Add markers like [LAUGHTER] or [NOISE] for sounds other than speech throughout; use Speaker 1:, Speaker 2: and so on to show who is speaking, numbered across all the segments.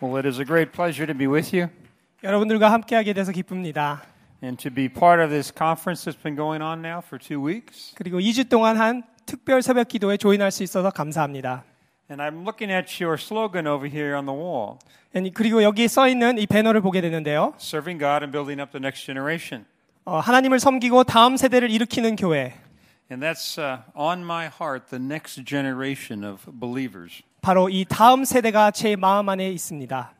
Speaker 1: Well, it is a great pleasure to be with you
Speaker 2: 여러분들과 함께하게 돼서 기쁩니다.
Speaker 1: and to be part of this conference that's been going on now for two weeks.
Speaker 2: 그리고 2주 동안 한 특별 새벽 기도에 조인할 수 있어서 감사합니다.
Speaker 1: And I'm looking at your slogan over here on the wall
Speaker 2: 아니, 그리고 여기 써 있는 이 배너를 보게 되는데요.
Speaker 1: serving God and building up the next generation.
Speaker 2: 어, 하나님을 섬기고 다음 세대를 일으키는 교회.
Speaker 1: And that's uh, on my heart the next generation of believers.
Speaker 2: 바로 이 다음 세대가 제 마음 안에 있습니다.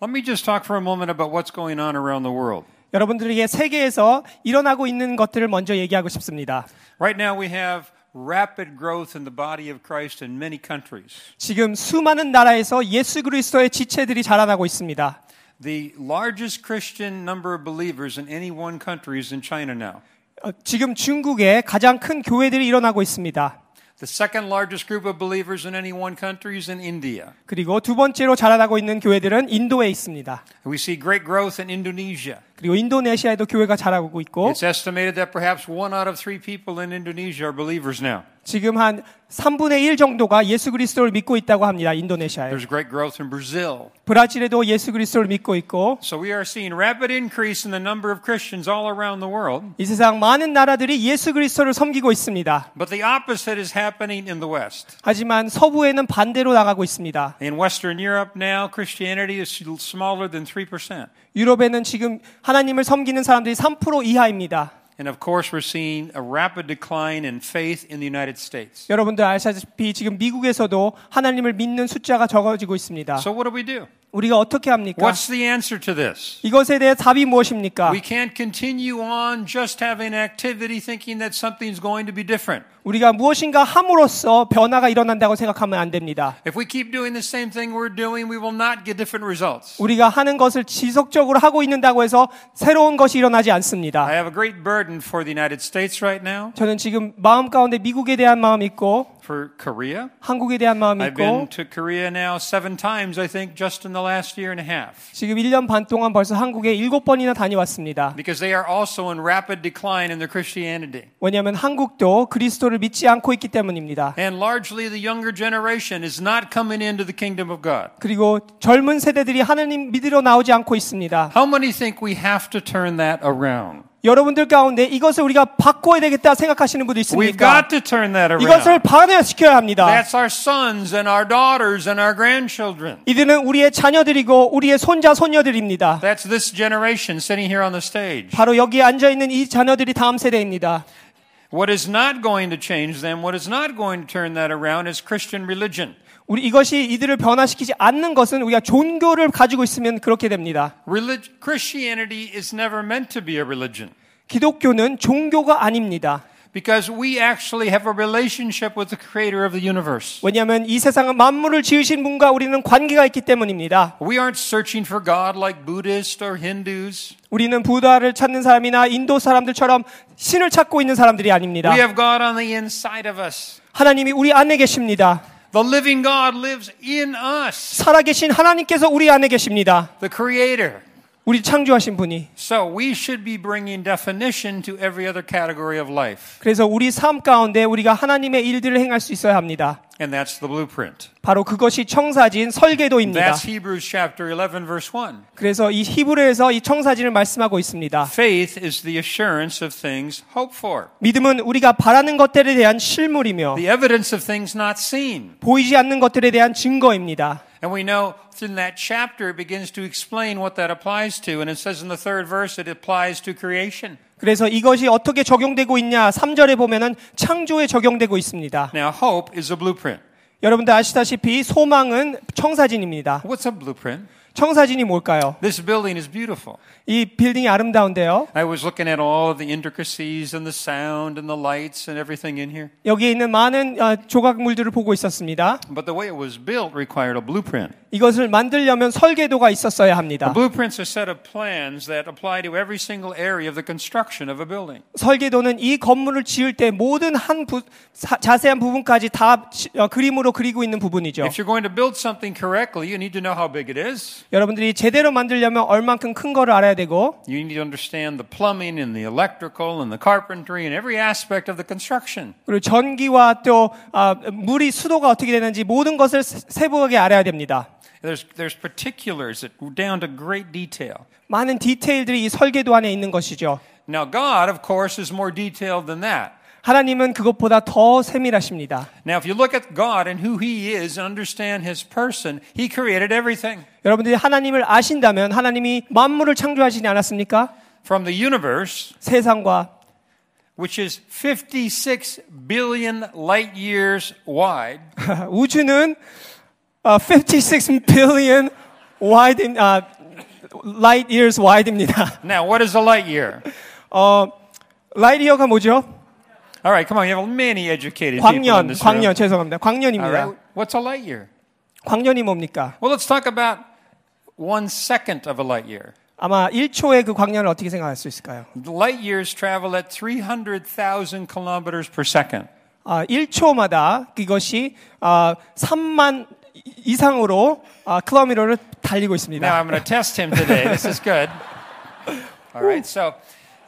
Speaker 1: Let me just talk for a moment about what's going on around the world.
Speaker 2: 여러분들에게 세계에서 일어나고 있는 것들을 먼저 얘기하고 싶습니다.
Speaker 1: Right now, we have rapid growth in the body of Christ in many countries.
Speaker 2: 지금 수많은 나라에서 예수 그리스도의 지체들이 자라나고 있습니다.
Speaker 1: The largest Christian number of believers in any one country is in China now.
Speaker 2: 어, 지금 중국에 가장 큰 교회들이 일어나고 있습니다.
Speaker 1: The second largest group of believers in any one country is in India.
Speaker 2: 그리고 두 번째로 자라나고 있는 교회들은 인도에 있습니다.
Speaker 1: We see great growth in Indonesia.
Speaker 2: 그리고 인도네시아에도 교회가 자라고 있고
Speaker 1: It's estimated that perhaps one out of three people in Indonesia are believers now.
Speaker 2: 지금 한 3분의 1 정도가 예수 그리스도를 믿고 있다고 합니다. 인도네시아에.
Speaker 1: There's great growth in Brazil.
Speaker 2: 브라질에도 예수 그리스도를 믿고 있고
Speaker 1: So we are seeing rapid increase in the number of Christians all around the world.
Speaker 2: 이 세상 많은 나라들이 예수 그리스도를 섬기고 있습니다.
Speaker 1: But the opposite is happening in the West.
Speaker 2: 하지만 서부에는 반대로 나가고 있습니다.
Speaker 1: In Western Europe now, Christianity is smaller than 3%.
Speaker 2: 유럽에는 지금 하나님을 섬기는 사람들이 3% 이하입니다.
Speaker 1: And of course, we're seeing a rapid decline in faith in the United States.
Speaker 2: 여러분들 아시다시피 지금 미국에서도 하나님을 믿는 숫자가 적어지고 있습니다.
Speaker 1: So, what do we do?
Speaker 2: 우리가 어떻게 합니까?
Speaker 1: What's the answer to this?
Speaker 2: 이것에 대해 답이 무엇입니까?
Speaker 1: We can't continue on just having activity thinking that something's going to be different.
Speaker 2: 우리가 무엇인가 함으로써 변화가 일어난다고 생각하면 안 됩니다.
Speaker 1: If we keep doing the same thing we're doing, we will not get different results.
Speaker 2: 우리가 하는 것을 지속적으로 하고 있는다고 해서 새로운 것이 일어나지
Speaker 1: I
Speaker 2: 않습니다.
Speaker 1: have a great burden for the United States right now,
Speaker 2: 저는 지금 마음 가운데 미국에 대한 마음이 있고
Speaker 1: for Korea.
Speaker 2: 한국에 대한 마음이
Speaker 1: I've been
Speaker 2: 있고
Speaker 1: to Korea now seven times, I think, just in the last year and a half,
Speaker 2: 지금 1년 반 동안 벌써 한국에 7번이나 다녀왔습니다.
Speaker 1: because they are also in rapid decline in their Christianity.
Speaker 2: 왜냐하면 한국도 그리스도를 믿지 않고 있기 때문입니다.
Speaker 1: And largely the younger generation is not coming into the kingdom of God.
Speaker 2: 그리고 젊은 세대들이 하나님 믿으러 나오지 않고 있습니다.
Speaker 1: How many think we have to turn that around?
Speaker 2: 여러분들 가운데 이것을 우리가 바꿔야 되겠다 생각하시는
Speaker 1: We've
Speaker 2: 분도 있습니까?
Speaker 1: got to turn that around.
Speaker 2: 이것을 반응시켜야 합니다.
Speaker 1: That's our sons and our daughters and our grandchildren.
Speaker 2: 이들은 우리의 자녀들이고 우리의 손자 손녀들입니다.
Speaker 1: That's this generation sitting here on the stage.
Speaker 2: 바로 여기에 앉아 있는 이 자녀들이 다음 세대입니다.
Speaker 1: What is not going to change them, what is not going to turn that around is Christian religion.
Speaker 2: 우리 이것이 이들을 변화시키지 않는 것은 우리가 종교를 가지고 있으면 그렇게 됩니다.
Speaker 1: Relig- Christianity is never meant to be a religion
Speaker 2: 기독교는 종교가 아닙니다.
Speaker 1: because we actually have a relationship with the creator of the universe.
Speaker 2: 왜냐하면 이 세상은 만물을 지으신 분과 우리는 관계가 있기 때문입니다.
Speaker 1: We aren't searching for God like Buddhists or Hindus.
Speaker 2: 우리는 부다를 찾는 사람이나 인도 사람들처럼 신을 찾고 있는 사람들이 아닙니다.
Speaker 1: We have God on the inside of us.
Speaker 2: 하나님이 우리 안에 계십니다.
Speaker 1: The living God lives in us,
Speaker 2: 살아계신 하나님께서 우리 안에 계십니다.
Speaker 1: the creator.
Speaker 2: 우리 창조하신 분이.
Speaker 1: So we should be bringing definition to every other category of life.
Speaker 2: 그래서 우리 삶 가운데 우리가 하나님의 일들을 행할 수 있어야 합니다.
Speaker 1: And that's the blueprint.
Speaker 2: 바로 그것이 청사진 설계도입니다.
Speaker 1: That's Hebrews chapter 11 verse 1.
Speaker 2: 그래서 이 히브리에서 이 청사진을 말씀하고 있습니다.
Speaker 1: Faith is the assurance of things hoped for,
Speaker 2: 믿음은 우리가 바라는 것들에 대한 실물이며
Speaker 1: the evidence of things not seen.
Speaker 2: 보이지 않는 것들에 대한 증거입니다.
Speaker 1: And we know in that chapter it begins to explain what that applies to. And it says in the third verse it applies to creation.
Speaker 2: 그래서 이것이 어떻게 적용되고 있냐 3절에 보면은 창조에 적용되고 있습니다.
Speaker 1: Now, hope is a blueprint.
Speaker 2: 여러분들 아시다시피 소망은 청사진입니다.
Speaker 1: What's a blueprint?
Speaker 2: 청사진이 뭘까요?
Speaker 1: This building is beautiful.
Speaker 2: 이 빌딩이 아름다운데요.
Speaker 1: I was looking at all of the intricacies and the sound and the lights and everything in here.
Speaker 2: 여기에 있는 많은 어, 조각물들을 보고 있었습니다.
Speaker 1: But the way it was built required a blueprint.
Speaker 2: 이것을 만들려면 설계도가 있었어야
Speaker 1: A
Speaker 2: 합니다.
Speaker 1: blueprint's a set of plans that apply to every single area of the construction of a building.
Speaker 2: 설계도는 이 건물을 지을 때 모든 한 부- 사- 자세한 부분까지 다 지- 어, 그림으로 그리고 있는 부분이죠.
Speaker 1: If you're going to build something correctly, you need to know how big it is.
Speaker 2: 여러분들이 제대로 만들려면 얼만큼 큰 거를 알아야 되고
Speaker 1: You need to understand the plumbing and the electrical and the carpentry and every aspect of the construction.
Speaker 2: 그리고 전기와 또 아, 물이 수도가 어떻게 되는지 모든 것을 세- 세부하게 알아야 됩니다.
Speaker 1: There's, there's particulars that down to great detail.
Speaker 2: 많은 디테일들이 이 설계도 안에 있는 것이죠.
Speaker 1: Now, God, of course, is more detailed than that.
Speaker 2: 하나님은 그것보다 더 세밀하십니다.
Speaker 1: Now, if you look at God and who He is and understand His person, He created everything
Speaker 2: 여러분들이 하나님을 아신다면 하나님이 만물을 창조하시지 않았습니까?
Speaker 1: from the universe,
Speaker 2: 세상과
Speaker 1: which is 56 billion light years wide,
Speaker 2: 아, 우주는 어, 56 billion wide 아, light years wide입니다.
Speaker 1: Now, what is a light year?
Speaker 2: 어, light year가 뭐죠?
Speaker 1: All right, come on. You have many educated people in
Speaker 2: 광년,
Speaker 1: this room.
Speaker 2: 광년 죄송합니다.
Speaker 1: All
Speaker 2: 광년입니다.
Speaker 1: right, what's a light year?
Speaker 2: 광년이 뭡니까?
Speaker 1: Well, let's talk about one second of a light year.
Speaker 2: 아마 1초의 그 광년을 어떻게 생각할 수 있을까요?
Speaker 1: Light years travel at 300,000 kilometers per second.
Speaker 2: 아, 1초마다 그것이 아, 3만 이상으로 아, 킬로미터를 달리고
Speaker 1: Now,
Speaker 2: 있습니다.
Speaker 1: I'm going to test him today. This is good. All right, so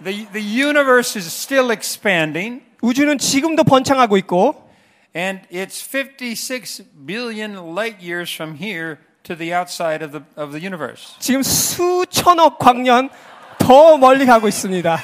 Speaker 1: the, the universe is still expanding,
Speaker 2: 우주는 지금도 번창하고 있고
Speaker 1: and it's 56 billion light years from here to the outside of the, of the universe.
Speaker 2: [LAUGHS] 지금 수천억 광년 더 멀리 가고 있습니다.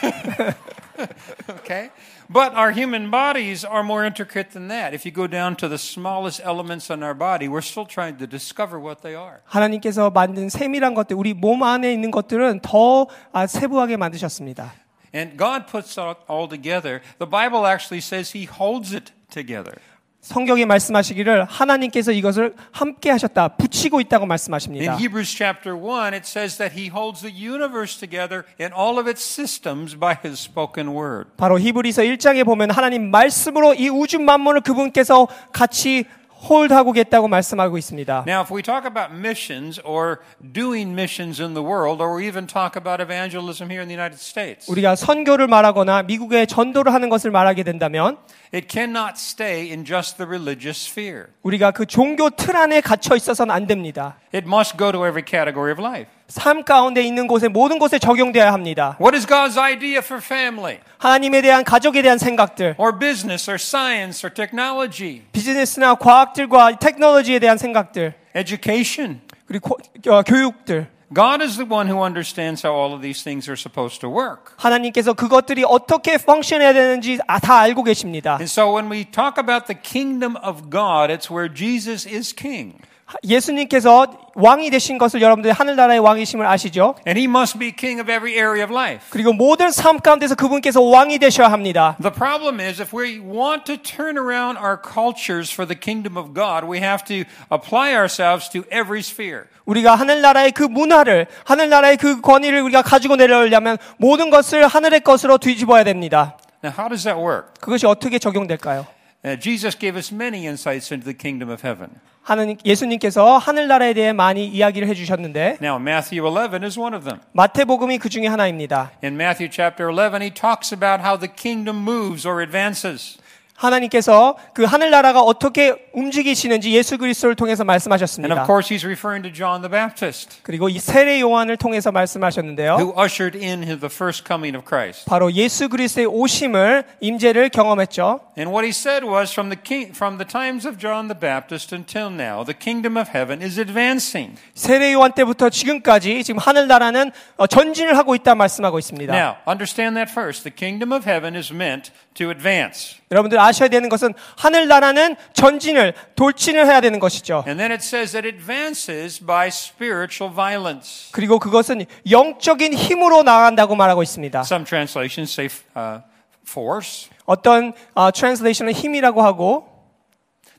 Speaker 1: Okay? But our human bodies are more intricate than that. If you go down to the smallest elements in our body, we're still trying to discover what they are.
Speaker 2: 하나님께서 만든 세밀한 것들, 우리 몸 안에 있는 것들은 더 아, 세부하게 만드셨습니다.
Speaker 1: And God puts it all together. The Bible actually says He holds it together.
Speaker 2: 성경이 말씀하시기를 하나님께서 이것을 함께 하셨다, 붙이고 있다고
Speaker 1: In
Speaker 2: 말씀하십니다.
Speaker 1: Hebrews chapter 1, it says that He holds the universe together and all of its systems by His spoken word.
Speaker 2: 바로 히브리서 1장에 보면 하나님 말씀으로 이 우주 만물을 그분께서 같이 홀드하고 계시다고 말씀하고 있습니다.
Speaker 1: Now, if we talk about missions or doing missions in the world, or we even talk about evangelism here in the United States,
Speaker 2: 우리가 선교를 말하거나 미국에 전도를 하는 것을 말하게 된다면
Speaker 1: it cannot stay in just the religious sphere.
Speaker 2: 우리가 그 종교 틀 안에 갇혀 있어서는 안 됩니다.
Speaker 1: It must go to every category of life.
Speaker 2: 삶 가운데 있는 곳에 모든 곳에 적용되어야 합니다.
Speaker 1: What is God's idea for family
Speaker 2: 하나님에 대한 가족에 대한 생각들,
Speaker 1: or business or science or technology,
Speaker 2: 비즈니스나 과학들과 테크놀로지에 대한 생각들,
Speaker 1: education?
Speaker 2: 그리고 고- 어, 교육들.
Speaker 1: God is the one who understands how all of these things are supposed to work.
Speaker 2: 하나님께서 그것들이 어떻게 펑션해야 되는지 아- 다 알고 계십니다.
Speaker 1: And so when we talk about the kingdom of God, it's where Jesus is king.
Speaker 2: 예수님께서 왕이 되신 것을 여러분들이 하늘나라의 왕이심을 아시죠?
Speaker 1: And he must be king of every area of life.
Speaker 2: 그리고 모든 삶 가운데서 그분께서 왕이 되셔야 합니다.
Speaker 1: The problem is if we want to turn around our cultures for the kingdom of God, we have to apply ourselves to every sphere.
Speaker 2: 우리가 하늘나라의 그 문화를, 하늘나라의 그 권위를 우리가 가지고 내려오려면 모든 것을 하늘의 것으로 뒤집어야 됩니다.
Speaker 1: Now, how does that work?
Speaker 2: 그것이 어떻게 적용될까요?
Speaker 1: Uh, Jesus gave us many insights into the kingdom of heaven.
Speaker 2: 하나님, 예수님께서 하늘나라에 대해 많이 이야기를 해주셨는데,
Speaker 1: Now, Matthew 11 is one of them.
Speaker 2: 마태복음이 그 중에 하나입니다.
Speaker 1: In Matthew chapter 11, he talks about how the kingdom moves or advances.
Speaker 2: 하나님께서 그 하늘나라가 어떻게 움직이시는지 예수 그리스도를 통해서
Speaker 1: And of
Speaker 2: 말씀하셨습니다.
Speaker 1: course, he's referring to John the Baptist,
Speaker 2: 그리고 이 세례 요한을 통해서 말씀하셨는데요.
Speaker 1: who ushered in the first coming of Christ.
Speaker 2: 바로 예수 그리스도의 오심을 임재를 경험했죠.
Speaker 1: And what he said was from the, king, from the times of John the Baptist until now, the kingdom of heaven is advancing.
Speaker 2: 세례 요한 때부터 지금까지 지금 하늘나라는 어, 전진을 하고 있다 말씀하고 있습니다.
Speaker 1: Now, understand that first. The kingdom of heaven is meant to advance.
Speaker 2: 여러분들 아셔야 되는 것은 하늘나라는 전진을 돌진을 해야 되는 것이죠.
Speaker 1: And then it says it advances by spiritual violence.
Speaker 2: 그리고 그것은 영적인 힘으로 나간다고 말하고 있습니다.
Speaker 1: Some translations say uh, force.
Speaker 2: 어떤 어, 트랜sl레이션은 힘이라고 하고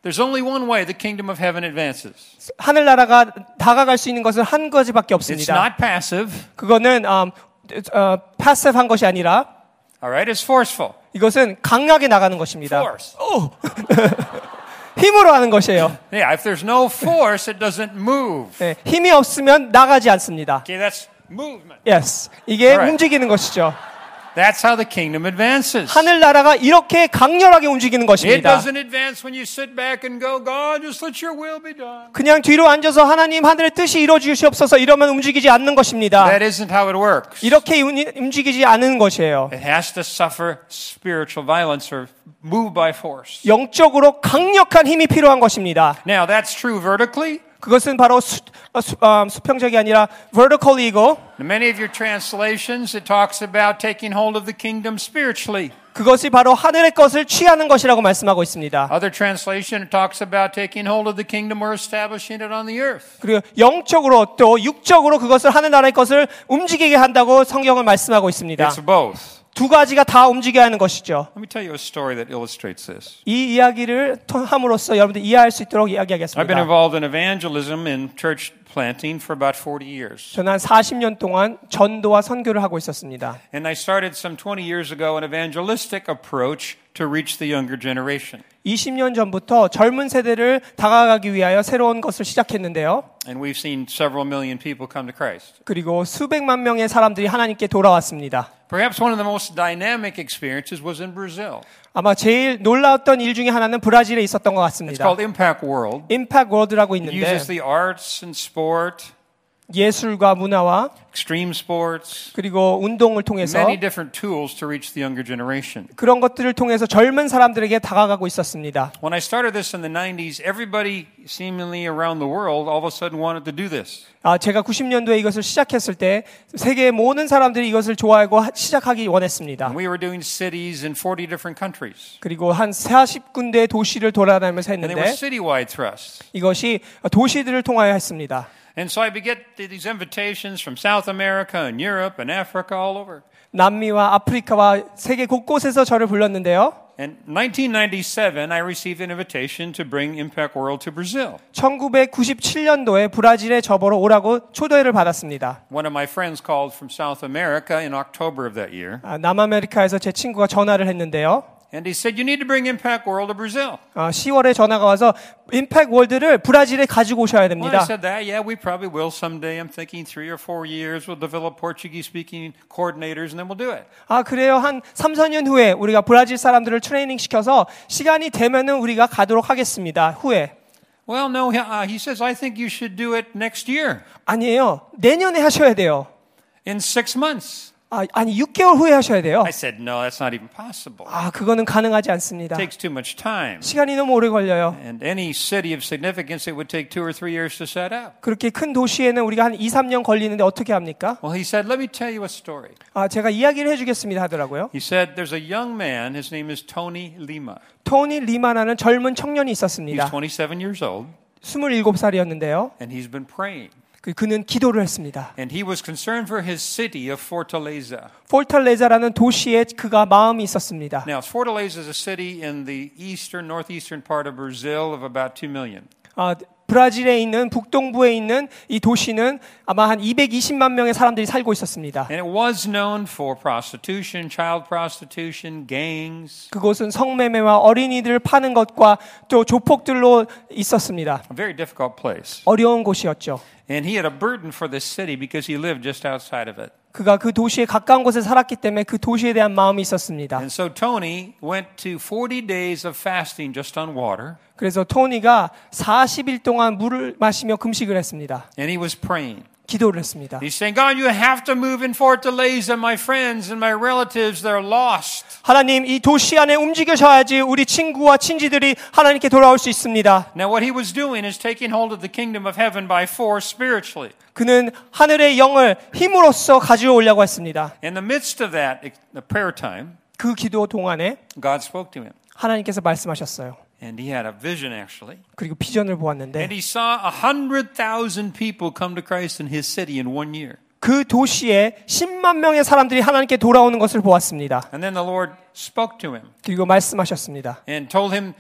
Speaker 1: There's only one way the kingdom of heaven advances.
Speaker 2: 하늘나라가 다가갈 수 있는 것은 한 가지밖에
Speaker 1: It's
Speaker 2: 없습니다.
Speaker 1: not passive.
Speaker 2: 그거는 어, 어, 패스한 것이 아니라
Speaker 1: All right, it's forceful.
Speaker 2: 이것은 강하게 나가는 것입니다.
Speaker 1: Force.
Speaker 2: 힘으로 하는 것이에요.
Speaker 1: Yeah, if there's no force, it doesn't move.
Speaker 2: 네, 힘이 없으면 나가지 않습니다.
Speaker 1: Okay, that's movement.
Speaker 2: Yes. 이게
Speaker 1: Alright.
Speaker 2: 움직이는 것이죠.
Speaker 1: That's how the kingdom advances.
Speaker 2: 하늘 나라가 이렇게 강렬하게 움직이는
Speaker 1: It
Speaker 2: 것입니다.
Speaker 1: doesn't advance when you sit back and go, God, just let your will be done.
Speaker 2: 그냥 뒤로 앉아서 하나님 하늘의 뜻이 이루어 주시옵소서 이러면 움직이지 않는 것입니다.
Speaker 1: That isn't how it works. It
Speaker 2: 이렇게 운- 움직이지 않은 것이에요.
Speaker 1: has to suffer spiritual violence or move by force.
Speaker 2: 영적으로 강력한 힘이 필요한 것입니다.
Speaker 1: Now, that's true vertically.
Speaker 2: 그것은 바로 수, 어, 수, 어, 수평적이 아니라 vertical이고
Speaker 1: In many of your translations, it talks about taking hold of the kingdom spiritually.
Speaker 2: 그것이 바로 하늘의 것을 취하는 것이라고 말씀하고 있습니다.
Speaker 1: Other translation, it talks about taking hold of the kingdom or establishing it on the earth.
Speaker 2: 그리고 영적으로 또 육적으로 그것을 하늘나라의 것을 움직이게 한다고 성경을 말씀하고 있습니다.
Speaker 1: It's both.
Speaker 2: 두 가지가 다 움직여야 하는 것이죠.
Speaker 1: Let me tell you a story that illustrates this.
Speaker 2: 이 이야기를 토- 함으로써 여러분들 이해할 수
Speaker 1: I've
Speaker 2: 있도록
Speaker 1: been
Speaker 2: 이야기하겠습니다.
Speaker 1: involved in evangelism and church planting for about 40 years.
Speaker 2: 저는 한 40년 동안 전도와 선교를 하고 있었습니다.
Speaker 1: And I started some 20 years ago an evangelistic approach to reach the younger generation.
Speaker 2: 20년 전부터 젊은 세대를 다가가기 위하여 새로운 것을 시작했는데요.
Speaker 1: And we've seen several million people come to Christ.
Speaker 2: 그리고 수백만 명의 사람들이 하나님께 돌아왔습니다.
Speaker 1: Perhaps one of the most dynamic experiences was in Brazil.
Speaker 2: 아마 제일 놀라웠던 일 중에 하나는 브라질에 있었던 것
Speaker 1: It's
Speaker 2: 같습니다.
Speaker 1: called Impact World.
Speaker 2: 임팩 월드라고
Speaker 1: It
Speaker 2: 있는데
Speaker 1: uses the arts and sport,
Speaker 2: 예술과 문화와
Speaker 1: extreme sports,
Speaker 2: 그리고 운동을 통해서
Speaker 1: many different tools to reach the younger generation.
Speaker 2: 그런 것들을 통해서 젊은 사람들에게 다가가고 있었습니다.
Speaker 1: When I started this in the 90s, everybody seemingly around the world all of a sudden wanted to do this.
Speaker 2: 아, 제가 90년도에 이것을 시작했을 때 세계의 모든 사람들이 이것을 좋아하고 하- 시작하기 원했습니다.
Speaker 1: And we were doing cities in 40 different countries.
Speaker 2: 그리고 한 40군데 도시를 돌아다니면서
Speaker 1: And they were
Speaker 2: 했는데
Speaker 1: citywide thrusts.
Speaker 2: 이것이 도시들을 통하여 했습니다.
Speaker 1: And so I would get these invitations from South America and Europe and Africa all over.
Speaker 2: 남미와 아프리카와 세계 곳곳에서 저를 불렀는데요.
Speaker 1: In 1997, I received an invitation to bring Impact World to Brazil.
Speaker 2: 1997년도에 브라질에 저보러 오라고 초대를 받았습니다.
Speaker 1: One of my friends called from South America in October of that year,
Speaker 2: 아, 남아메리카에서 제 친구가 전화를 했는데요.
Speaker 1: and he said, You need to bring Impact World to Brazil.
Speaker 2: 아, 10월에 전화가 와서 임팩 월드를 브라질에 가지고
Speaker 1: Well, I
Speaker 2: 오셔야 됩니다.
Speaker 1: said that. Yeah, we probably will someday. I'm thinking three or four years. We'll develop Portuguese speaking coordinators and then we'll do it.
Speaker 2: 아, 그래요. 한 3, 4년 후에 우리가 브라질 사람들을 트레이닝 시켜서 시간이 되면은 우리가 가도록 하겠습니다. 후에.
Speaker 1: Well, no, he- uh, he says, I think you should do it next year
Speaker 2: 아니에요. 내년에 하셔야 돼요.
Speaker 1: in six months.
Speaker 2: 아, 아니 6개월 후에 하셔야 돼요.
Speaker 1: I said, No, that's not even possible.
Speaker 2: 아, 그거는 가능하지 않습니다.
Speaker 1: It takes too much time.
Speaker 2: 시간이 너무 오래 걸려요.
Speaker 1: And any city of significance, it would take two or three years to set up.
Speaker 2: 그렇게 큰 도시에는 우리가 한 2, 3년 걸리는데 어떻게 합니까?
Speaker 1: Well, he said, Let me tell you a story.
Speaker 2: 아, 제가 이야기를 해 주겠습니다 하더라고요.
Speaker 1: He said, There's a young man. His name is Tony Lima.
Speaker 2: 토니 리마라는 젊은 청년이
Speaker 1: He's
Speaker 2: 있었습니다.
Speaker 1: 27 years old,
Speaker 2: 27살이었는데요.
Speaker 1: and he's been praying.
Speaker 2: 그는 기도를 했습니다.
Speaker 1: And he was concerned for his city of Fortaleza.
Speaker 2: 폴탈레자라는 도시에 그가 마음이 있었습니다.
Speaker 1: Now, Fortaleza is a city in the eastern, northeastern part of Brazil of about 2 million.
Speaker 2: 아, 브라질에 있는 북동부에 있는 이 도시는 아마 한 220만 명의 사람들이 살고 있었습니다.
Speaker 1: And it was known for prostitution, child prostitution, gangs.
Speaker 2: 그곳은 성매매와 어린이들을 파는 것과 또 조폭들로 있었습니다.
Speaker 1: A very difficult place.
Speaker 2: 어려운 곳이었죠.
Speaker 1: And he had a burden for this city because he lived just outside of it.
Speaker 2: 그가 그 도시에 가까운 곳에 살았기 때문에 그 도시에 대한 마음이 있었습니다.
Speaker 1: And so Tony went to 40 days of fasting just on water,
Speaker 2: 그래서 토니가 40일 동안 물을 마시며 금식을 했습니다.
Speaker 1: and he was praying.
Speaker 2: 기도를 했습니다.
Speaker 1: He's saying, God, you have to move in Fortaleza. My friends and my relatives, they're lost.
Speaker 2: 하나님, 이 도시 안에 움직여셔야지 우리 친구와 친지들이 하나님께 돌아올 수 있습니다.
Speaker 1: Now, what he was doing is taking hold of the kingdom of heaven by force spiritually.
Speaker 2: 그는 하늘의 영을 힘으로써 가져오려고 했습니다.
Speaker 1: In the midst of that ex- the prayer time,
Speaker 2: 그 기도 동안에
Speaker 1: God spoke to him.
Speaker 2: 하나님께서 말씀하셨어요.
Speaker 1: And he had a vision, actually.
Speaker 2: 그리고 비전을
Speaker 1: And
Speaker 2: 보았는데
Speaker 1: he saw 100,000 people come to Christ in his city in one year.
Speaker 2: 그 도시에 10만 명의 사람들이 하나님께 돌아오는 것을 보았습니다.
Speaker 1: And then the Lord spoke to him
Speaker 2: 그리고 말씀하셨습니다.
Speaker 1: and told him,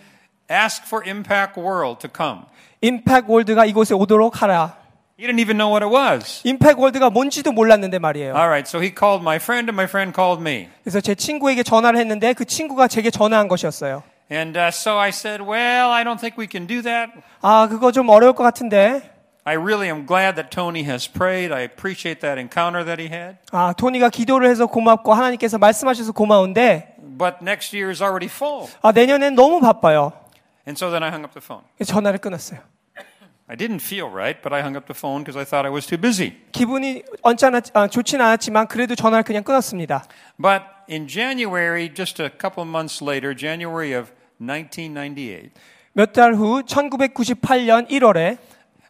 Speaker 1: Ask for Impact World to come.
Speaker 2: 임팩 월드가 이곳에 오도록 하라.
Speaker 1: He didn't even know what it was.
Speaker 2: 임팩 월드가 뭔지도 몰랐는데 말이에요.
Speaker 1: All right, so he called my friend, and my friend called me.
Speaker 2: 그래서 제 친구에게 전화를 했는데 그 친구가 제게 전화한 것이었어요.
Speaker 1: And uh, so I said, Well, I don't think we can do that.
Speaker 2: 아, 그거 좀 어려울 것 같은데.
Speaker 1: I really am glad that Tony has prayed. I appreciate that encounter that he had.
Speaker 2: 아, 토니가 기도를 해서 고맙고 하나님께서 말씀하셔서 고마운데
Speaker 1: But next year is already full.
Speaker 2: 아, 내년엔 너무 바빠요.
Speaker 1: And so then I hung up the phone.
Speaker 2: 그래서 전화를 끊었어요.
Speaker 1: I didn't feel right, but I hung up the phone because I thought I was too busy.
Speaker 2: 기분이 언짢아 아, 좋진 않았지만 그래도 전화를 그냥 끊었습니다.
Speaker 1: But in January, just a couple of months later, January of 1998,
Speaker 2: 몇 달 후 1998년 1월에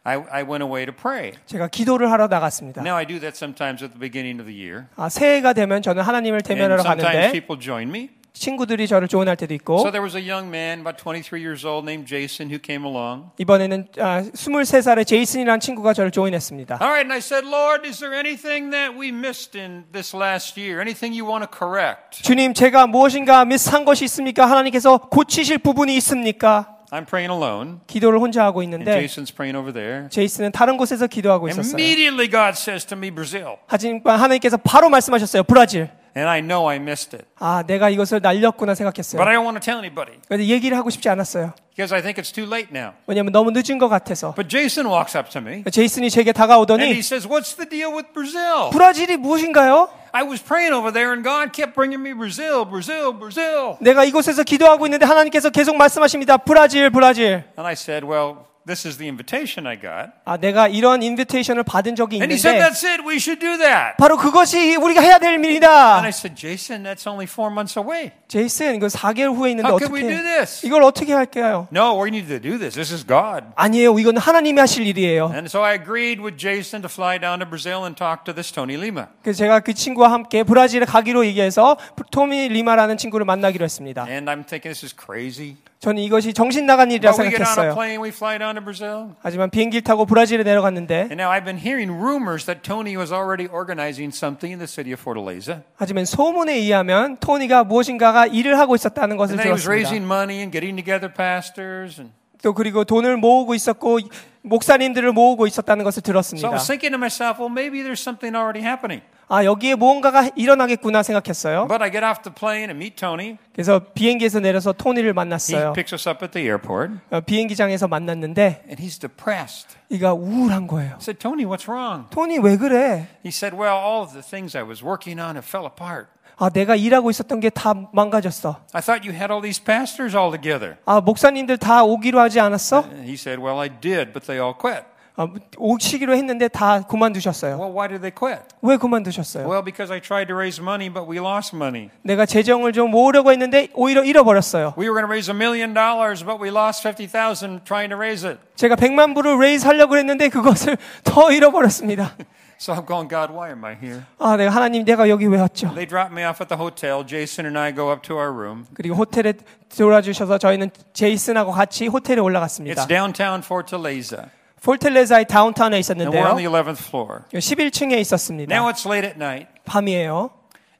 Speaker 1: I, I went away to pray.
Speaker 2: 제가 기도를 하러 나갔습니다.
Speaker 1: Now I do that sometimes at the beginning of the year.
Speaker 2: 아, 새해가 되면 저는 하나님을
Speaker 1: And
Speaker 2: 대면하러
Speaker 1: sometimes
Speaker 2: 가는데
Speaker 1: people join me.
Speaker 2: 친구들이 저를 조언할 때도 있고
Speaker 1: So there was a young man, about 23 years old, named Jason, who came along.
Speaker 2: 이번에는 아, 23살의 제이슨이라는 친구가 저를 조인했습니다.
Speaker 1: All right, and I said, Lord, is there anything that we missed in this last year? Anything you want to correct?
Speaker 2: 주님, 제가 무엇인가 미스한 것이 있습니까? 하나님께서 고치실 부분이 있습니까?
Speaker 1: I'm praying alone,
Speaker 2: 기도를 혼자 하고
Speaker 1: and
Speaker 2: 있는데
Speaker 1: Jason's praying over there.
Speaker 2: 제이슨은 다른 곳에서 기도하고 있었어요.
Speaker 1: Immediately, God says to me, Brazil.
Speaker 2: 하지만 하나님께서 바로 말씀하셨어요. 브라질.
Speaker 1: And I know I missed it,
Speaker 2: 아, 내가 이것을 날렸구나
Speaker 1: but
Speaker 2: 생각했어요.
Speaker 1: I don't want to tell anybody
Speaker 2: 근데 얘기를 하고 싶지 않았어요.
Speaker 1: because I think it's too late now.
Speaker 2: 왜냐면 너무 늦은 것 같아서.
Speaker 1: But Jason walks up to me
Speaker 2: 제이슨이
Speaker 1: and
Speaker 2: 제게
Speaker 1: he
Speaker 2: 다가오더니
Speaker 1: says, What's the deal with Brazil?
Speaker 2: 브라질이 무엇인가요?
Speaker 1: I was praying over there and God kept bringing me Brazil, Brazil, Brazil.
Speaker 2: 내가 이곳에서 기도하고 있는데 하나님께서 계속 말씀하십니다. 브라질, 브라질.
Speaker 1: And I said, Well, this is the invitation I got.
Speaker 2: 아, 내가 이런 인비테이션을 받은 적이
Speaker 1: And he said,
Speaker 2: 있는데
Speaker 1: That's it, we should do that.
Speaker 2: 바로 그것이 우리가 해야 될
Speaker 1: And I
Speaker 2: 일이다.
Speaker 1: said, Jason, that's only four months away.
Speaker 2: 제이슨, 이거 4개월 후에 있는데
Speaker 1: How can we do
Speaker 2: 어떻게
Speaker 1: this?
Speaker 2: 이걸 어떻게 할까요?
Speaker 1: No, we need to do this. This is God.
Speaker 2: 아니에요. 이건 하나님이 하실 일이에요.
Speaker 1: And so I agreed with Jason to fly down to Brazil and talk to this Tony Lima.
Speaker 2: 그래서 제가 그 친구와 함께 브라질에 가기로 얘기해서 토미 리마라는 친구를 만나기로 했습니다.
Speaker 1: And I'm thinking this is crazy.
Speaker 2: 저는 이것이 정신 나간 일이라
Speaker 1: But we get on a
Speaker 2: 생각했어요.
Speaker 1: plane, we fly down to Brazil.
Speaker 2: 하지만 비행기를 타고 브라질에 내려갔는데
Speaker 1: And now I've been hearing rumors that Tony was already organizing something in the city of Fortaleza.
Speaker 2: 하지만 소문에 의하면 토니가 무엇인가가 일을 하고 있었다는 것을
Speaker 1: And that he was
Speaker 2: 들었습니다.
Speaker 1: raising money and getting together pastors. And
Speaker 2: 또 그리고 돈을 모으고 있었고 목사님들을 모으고 있었다는 것을
Speaker 1: so I
Speaker 2: 들었습니다.
Speaker 1: was thinking to myself, well, maybe there's something already happening.
Speaker 2: 아 여기에 무언가가 일어나겠구나 생각했어요.
Speaker 1: But I get off the plane and meet Tony.
Speaker 2: 그래서 비행기에서 내려서 토니를
Speaker 1: He
Speaker 2: 만났어요.
Speaker 1: picks us up at the airport
Speaker 2: 어, 비행기장에서 만났는데
Speaker 1: and he's depressed.
Speaker 2: 이가 우울한 거예요.
Speaker 1: I said, Tony, what's wrong?
Speaker 2: 토니 왜 그래?
Speaker 1: He said, Well, all of the things I was working on have fell apart.
Speaker 2: 아 내가 일하고 있었던 게 다 망가졌어.
Speaker 1: I thought you had all these pastors all together.
Speaker 2: 아 목사님들 다 오기로 하지 않았어?
Speaker 1: And he said, Well, I did, but they all quit.
Speaker 2: 아, 오시기로 했는데 다 그만두셨어요.
Speaker 1: Well, why did they quit?
Speaker 2: 왜 그만두셨어요?
Speaker 1: Well, because I tried to raise money, but we lost money.
Speaker 2: 내가 재정을 좀 모으려고 했는데 오히려 잃어버렸어요.
Speaker 1: We were going to raise a million dollars, but we lost 50,000 trying to raise it.
Speaker 2: 제가 100만 불을 레이즈 하려고 했는데 그것을 [LAUGHS] 더 잃어버렸습니다.
Speaker 1: So I'm going, God, why am I here?
Speaker 2: 아, 내가 하나님 내가 여기 왜 왔죠?
Speaker 1: They drop me off at the hotel. Jason and I go up to our room.
Speaker 2: 그리고 호텔에 돌아주셔서 저희는 제이슨하고 같이 호텔에
Speaker 1: It's
Speaker 2: 올라갔습니다.
Speaker 1: downtown Fortaleza,
Speaker 2: 폴텔레자의 다운타운에
Speaker 1: and we're on the
Speaker 2: 있었는데요.
Speaker 1: 11th floor.
Speaker 2: 11층에
Speaker 1: Now
Speaker 2: 있었습니다.
Speaker 1: it's late at night,
Speaker 2: 밤이에요.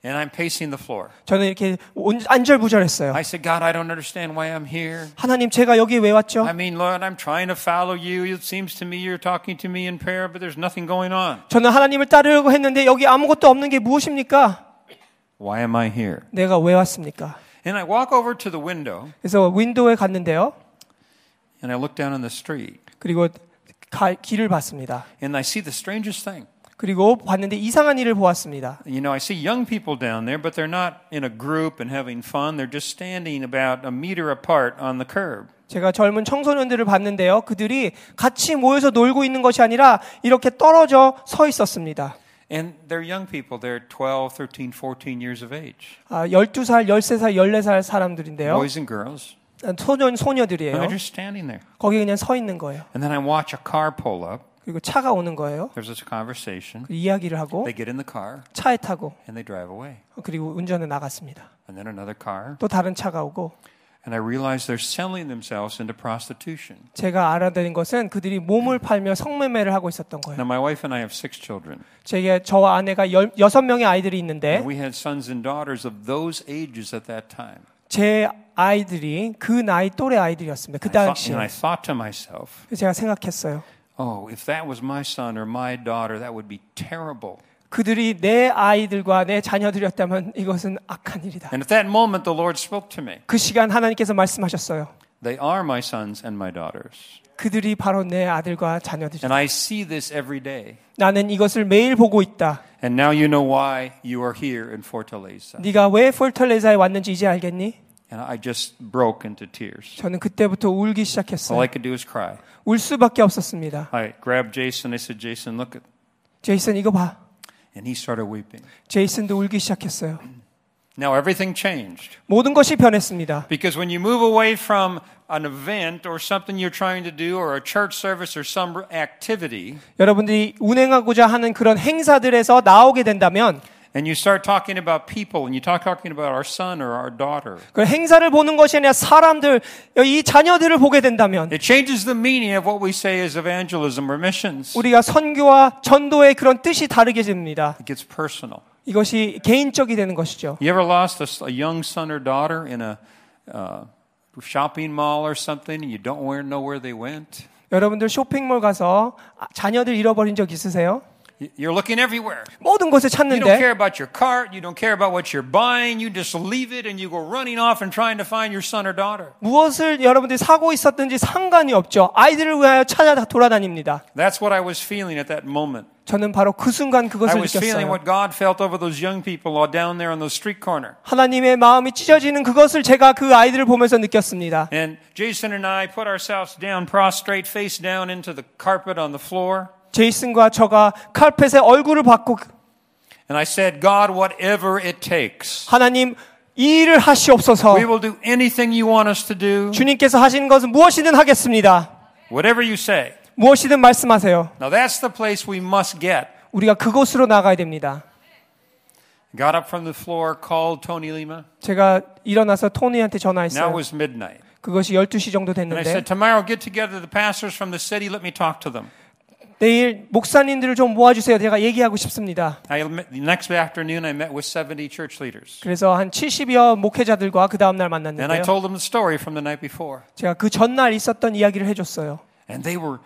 Speaker 1: and I'm pacing the floor.
Speaker 2: 저는 이렇게 온- 안절부절했어요.
Speaker 1: I said, God, I don't understand why I'm here.
Speaker 2: 하나님, 제가 여기 왜 왔죠?
Speaker 1: I mean, Lord, I'm trying to follow you. It seems to me you're talking to me in prayer, but there's nothing going on.
Speaker 2: 저는 하나님을 따르려고 했는데 여기 아무것도 없는 게 무엇입니까?
Speaker 1: Why am I here?
Speaker 2: 내가 왜 왔습니까?
Speaker 1: And I walk over to the window
Speaker 2: 그래서 윈도우에 갔는데요.
Speaker 1: and I look down on the street
Speaker 2: 그리고 가- 길을 봤습니다.
Speaker 1: and I see the strangest thing.
Speaker 2: 그리고 봤는데 이상한 일을 보았습니다.
Speaker 1: You know, I see young people down there, but they're not in a group and having fun. They're just standing about a meter apart on the curb.
Speaker 2: 제가 젊은 청소년들을 봤는데요. 그들이 같이 모여서 놀고 있는 것이 아니라 이렇게 떨어져 서 있었습니다.
Speaker 1: And they're young people. They're 12, 13, 14 years of age,
Speaker 2: 아, 12살, 13살, 14살 사람들인데요.
Speaker 1: boys and girls.
Speaker 2: 아, 소년,
Speaker 1: And
Speaker 2: 소녀들이에요.
Speaker 1: they're just standing there.
Speaker 2: 거기 그냥 서 있는 거예요.
Speaker 1: And then I watch a car pull up.
Speaker 2: 그리고 차가 오는 거예요.
Speaker 1: There's this conversation.
Speaker 2: 그리고 이야기를 하고
Speaker 1: They get in the car
Speaker 2: 차에 타고
Speaker 1: and they drive away.
Speaker 2: 그리고 운전해 나갔습니다.
Speaker 1: And then another car.
Speaker 2: 또 다른 차가 오고
Speaker 1: And I realize they're selling themselves into prostitution.
Speaker 2: 제가 알아낸 것은 그들이 몸을 팔며 성매매를 하고 있었던 거예요.
Speaker 1: Now, my wife and I have six children.
Speaker 2: 제게 저와 아내가 열, 6명의 아이들이
Speaker 1: And
Speaker 2: 있는데
Speaker 1: we had sons and daughters of those ages at that time.
Speaker 2: 제 아이들이 그 나이 또래 아이들이었습니다. 그
Speaker 1: I thought,
Speaker 2: 당시에
Speaker 1: and I thought to myself,
Speaker 2: 제가 생각했어요.
Speaker 1: oh, if that was my son or my daughter, that would be terrible.
Speaker 2: 그들이 내 아이들과 내 자녀들이었다면 이것은 악한 일이다.
Speaker 1: And at that moment, the Lord spoke to me.
Speaker 2: 그 시간 하나님께서 말씀하셨어요.
Speaker 1: They are my sons and my daughters.
Speaker 2: 그들이 바로 내 아들과 자녀들이다.
Speaker 1: And I see this every day.
Speaker 2: 나는 이것을 매일 보고 있다.
Speaker 1: And now you know why you are here in Fortaleza.
Speaker 2: 네가 왜 폴털레자에 왔는지 이제 알겠니?
Speaker 1: And I just broke into tears.
Speaker 2: 저는 그때부터 울기
Speaker 1: All I
Speaker 2: 시작했어요.
Speaker 1: could do was cry.
Speaker 2: 울 수밖에 없었습니다.
Speaker 1: I grabbed Jason. I said, Jason, look at.
Speaker 2: 제이슨 이거 봐.
Speaker 1: And he started weeping.
Speaker 2: 제이슨도 울기 시작했어요.
Speaker 1: Now everything changed.
Speaker 2: 모든 것이 변했습니다.
Speaker 1: Because when you move away from an event or something you're trying to do or a church service or some activity,
Speaker 2: 여러분들이 운행하고자 하는 그런 행사들에서 나오게 된다면
Speaker 1: and you start talking about people and you talk talking about our son or our daughter,
Speaker 2: 그 행사를 보는 것이 아니라 사람들, 이 자녀들을 보게 된다면
Speaker 1: it changes the meaning of what we say is evangelism or missions.
Speaker 2: 우리가 선교와 전도의 그런 뜻이 다르게 됩니다.
Speaker 1: It gets personal.
Speaker 2: 이것이 개인적이 되는 것이죠.
Speaker 1: You ever lost a, s- a young son or daughter in a uh, shopping mall or something, and you don't where- know where they went?
Speaker 2: 여러분들 쇼핑몰 가서 아, 자녀들 잃어버린 적 있으세요?
Speaker 1: Y- You're looking everywhere.
Speaker 2: 모든 곳에
Speaker 1: You don't
Speaker 2: 찾는데
Speaker 1: care about your cart. You don't care about what you're buying. You just leave it and you go running off and trying to find your son or daughter.
Speaker 2: 무엇을 여러분들이 사고 있었든지 상관이 없죠. 아이들을 위하여 찾아 돌아다닙니다.
Speaker 1: That's what I was feeling at that moment.
Speaker 2: 저는 바로 그 순간
Speaker 1: I
Speaker 2: 그것을
Speaker 1: was feeling
Speaker 2: 느꼈어요.
Speaker 1: what God felt over those young people all down there on the street corner.
Speaker 2: 하나님의 마음이 찢어지는 그것을 제가 그 아이들을 보면서 느꼈습니다.
Speaker 1: And Jason and I put ourselves down, prostrate, face down into the carpet on the floor.
Speaker 2: 제이슨과 저가 칼펫에 얼굴을 받고
Speaker 1: And I said, God, whatever it takes,
Speaker 2: 하나님 이 일을 하시옵소서.
Speaker 1: we will do anything you want us to do,
Speaker 2: 주님께서 하시는 것은 무엇이든 하겠습니다.
Speaker 1: whatever you say.
Speaker 2: 무엇이든 말씀하세요.
Speaker 1: Now that's the place we must get.
Speaker 2: 우리가 그곳으로 나가야 됩니다.
Speaker 1: Got up from the floor, called Tony Lima.
Speaker 2: 제가 일어나서 토니한테
Speaker 1: Now it
Speaker 2: 전화했어요.
Speaker 1: was midnight.
Speaker 2: 그것이 12시 정도
Speaker 1: And I
Speaker 2: 됐는데
Speaker 1: said, Tomorrow, get together the pastors from the city. Let me talk to them.
Speaker 2: 내일 목사님들을 좀 모아주세요. 제가 얘기하고 싶습니다.
Speaker 1: I met, the next afternoon, I met with 70 church leaders.
Speaker 2: 그래서 한 70여 목회자들과 그
Speaker 1: And
Speaker 2: 다음날
Speaker 1: I
Speaker 2: 만났는데요.
Speaker 1: told them the story from the night before.
Speaker 2: 제가 그 전날 있었던 이야기를 해줬어요.
Speaker 1: And they were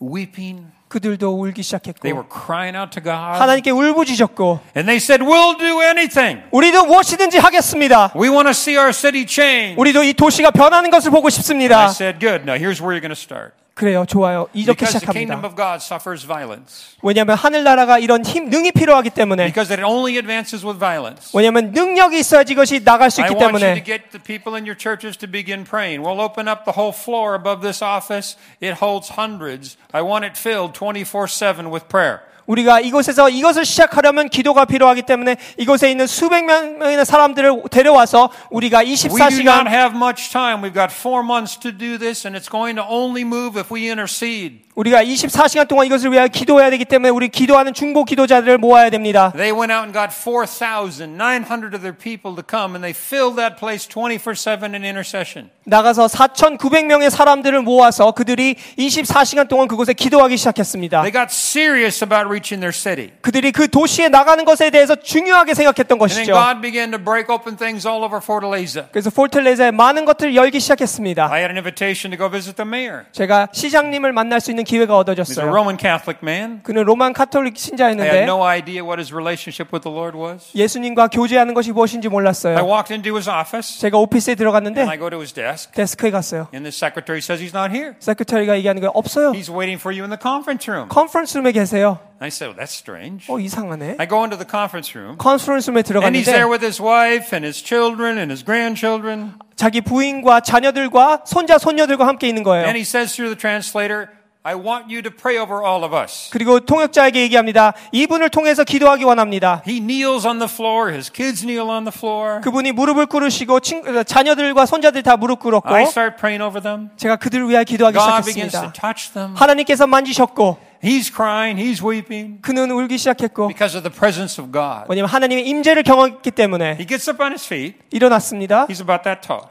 Speaker 1: weeping.
Speaker 2: 그들도
Speaker 1: They were
Speaker 2: 울기 시작했고
Speaker 1: crying out to God.
Speaker 2: 하나님께 울부짖었고
Speaker 1: And they said, We'll do anything.
Speaker 2: 우리도 무엇이든지 하겠습니다.
Speaker 1: We want to see our city change.
Speaker 2: 우리도 이 도시가 변하는 것을 보고
Speaker 1: I
Speaker 2: 싶습니다.
Speaker 1: said, Good. Now here's where you're going to start.
Speaker 2: 그래요, 좋아요. 이렇게
Speaker 1: Because the kingdom
Speaker 2: 시작합니다.
Speaker 1: of God suffers violence.
Speaker 2: 왜냐하면 하늘나라가 이런 힘, 능이 필요하기 때문에
Speaker 1: Because it only advances with violence.
Speaker 2: 왜냐하면 능력이 있어야지 이것이 나갈 수
Speaker 1: I
Speaker 2: 있기
Speaker 1: want you to
Speaker 2: 때문에
Speaker 1: get the people in your churches to begin praying. We'll open up the whole floor above this office. It holds hundreds. I want it filled 24 7 with prayer.
Speaker 2: 우리가 이곳에서 이것을 시작하려면 기도가 필요하기 때문에 이곳에 있는 수백 명의 사람들을 데려와서 우리가
Speaker 1: We do not
Speaker 2: 24시간
Speaker 1: have much time. We've got four months to do this, and it's going to only move if we intercede.
Speaker 2: 우리가 24시간 동안 이것을 위하여 기도해야 되기 때문에 우리 기도하는 중보 기도자들을 모아야 됩니다.
Speaker 1: They went out and got 4,900 of their people to come, and they filled that place 24 7 in intercession.
Speaker 2: 나가서 4,900명의 사람들을 모아서 그들이 24시간 동안 그곳에 기도하기 시작했습니다.
Speaker 1: They got serious about reaching their city.
Speaker 2: 그들이 그 도시에 나가는 것에 대해서 중요하게 생각했던
Speaker 1: And then
Speaker 2: 것이죠.
Speaker 1: God began to break open things all over Fortaleza.
Speaker 2: 그래서 폴텔레자에 많은 것들을 열기 시작했습니다.
Speaker 1: I had an invitation to go visit the mayor.
Speaker 2: 제가 시장님을 만날 수 있는 기회가
Speaker 1: He's a
Speaker 2: 얻어졌어요.
Speaker 1: Roman Catholic man.
Speaker 2: 그는 로만
Speaker 1: I
Speaker 2: 카톨릭
Speaker 1: had
Speaker 2: 신자였는데
Speaker 1: no idea what his relationship with the Lord was.
Speaker 2: 예수님과 교제하는 것이 무엇인지
Speaker 1: I
Speaker 2: 몰랐어요.
Speaker 1: walked into his office
Speaker 2: 제가 오피스에
Speaker 1: and I
Speaker 2: 들어갔는데
Speaker 1: go to his desk,
Speaker 2: 데스크에 갔어요.
Speaker 1: and the secretary says he's not here.
Speaker 2: 세크터리가 얘기하는 거예요. 없어요.
Speaker 1: He's waiting for you in the conference room.
Speaker 2: 컨퍼런스 룸에 계세요.
Speaker 1: I said, well, that's strange.
Speaker 2: 어 이상하네.
Speaker 1: I go into the conference room,
Speaker 2: 컨퍼런스 룸에
Speaker 1: and he's there
Speaker 2: 들어갔는데
Speaker 1: with his wife and his children and his grandchildren.
Speaker 2: 자기 부인과 자녀들과 손자 손녀들과 함께 있는 거예요.
Speaker 1: And he says through the translator, I want you to pray over all of us.
Speaker 2: 그리고 통역자에게 얘기합니다. 이분을 통해서 기도하기 원합니다.
Speaker 1: He kneels on the floor, his kids kneel on the floor.
Speaker 2: 그분이 무릎을 꿇으시고 친, 자녀들과 손자들 다 무릎 꿇었고
Speaker 1: I start praying over them.
Speaker 2: 제가 그들을 위하여 기도하기
Speaker 1: God begins to
Speaker 2: 시작했습니다.
Speaker 1: touch them.
Speaker 2: 하나님께서 만지셨고
Speaker 1: He's crying, he's weeping
Speaker 2: 그는 울기 시작했고
Speaker 1: because of the presence of God.
Speaker 2: 왜냐면 하나님의 임재를 경험했기 때문에
Speaker 1: He gets up on his feet.
Speaker 2: 일어났습니다.
Speaker 1: He's about that [LAUGHS] tall.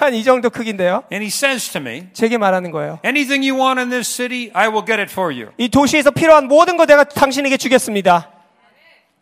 Speaker 2: 한 [LAUGHS] 이 정도 크기인데요.
Speaker 1: And he says to me,
Speaker 2: 제게 말하는 거예요.
Speaker 1: Anything you want in this city, I will get it for you.
Speaker 2: 이 도시에서 필요한 모든 거 내가 당신에게 주겠습니다.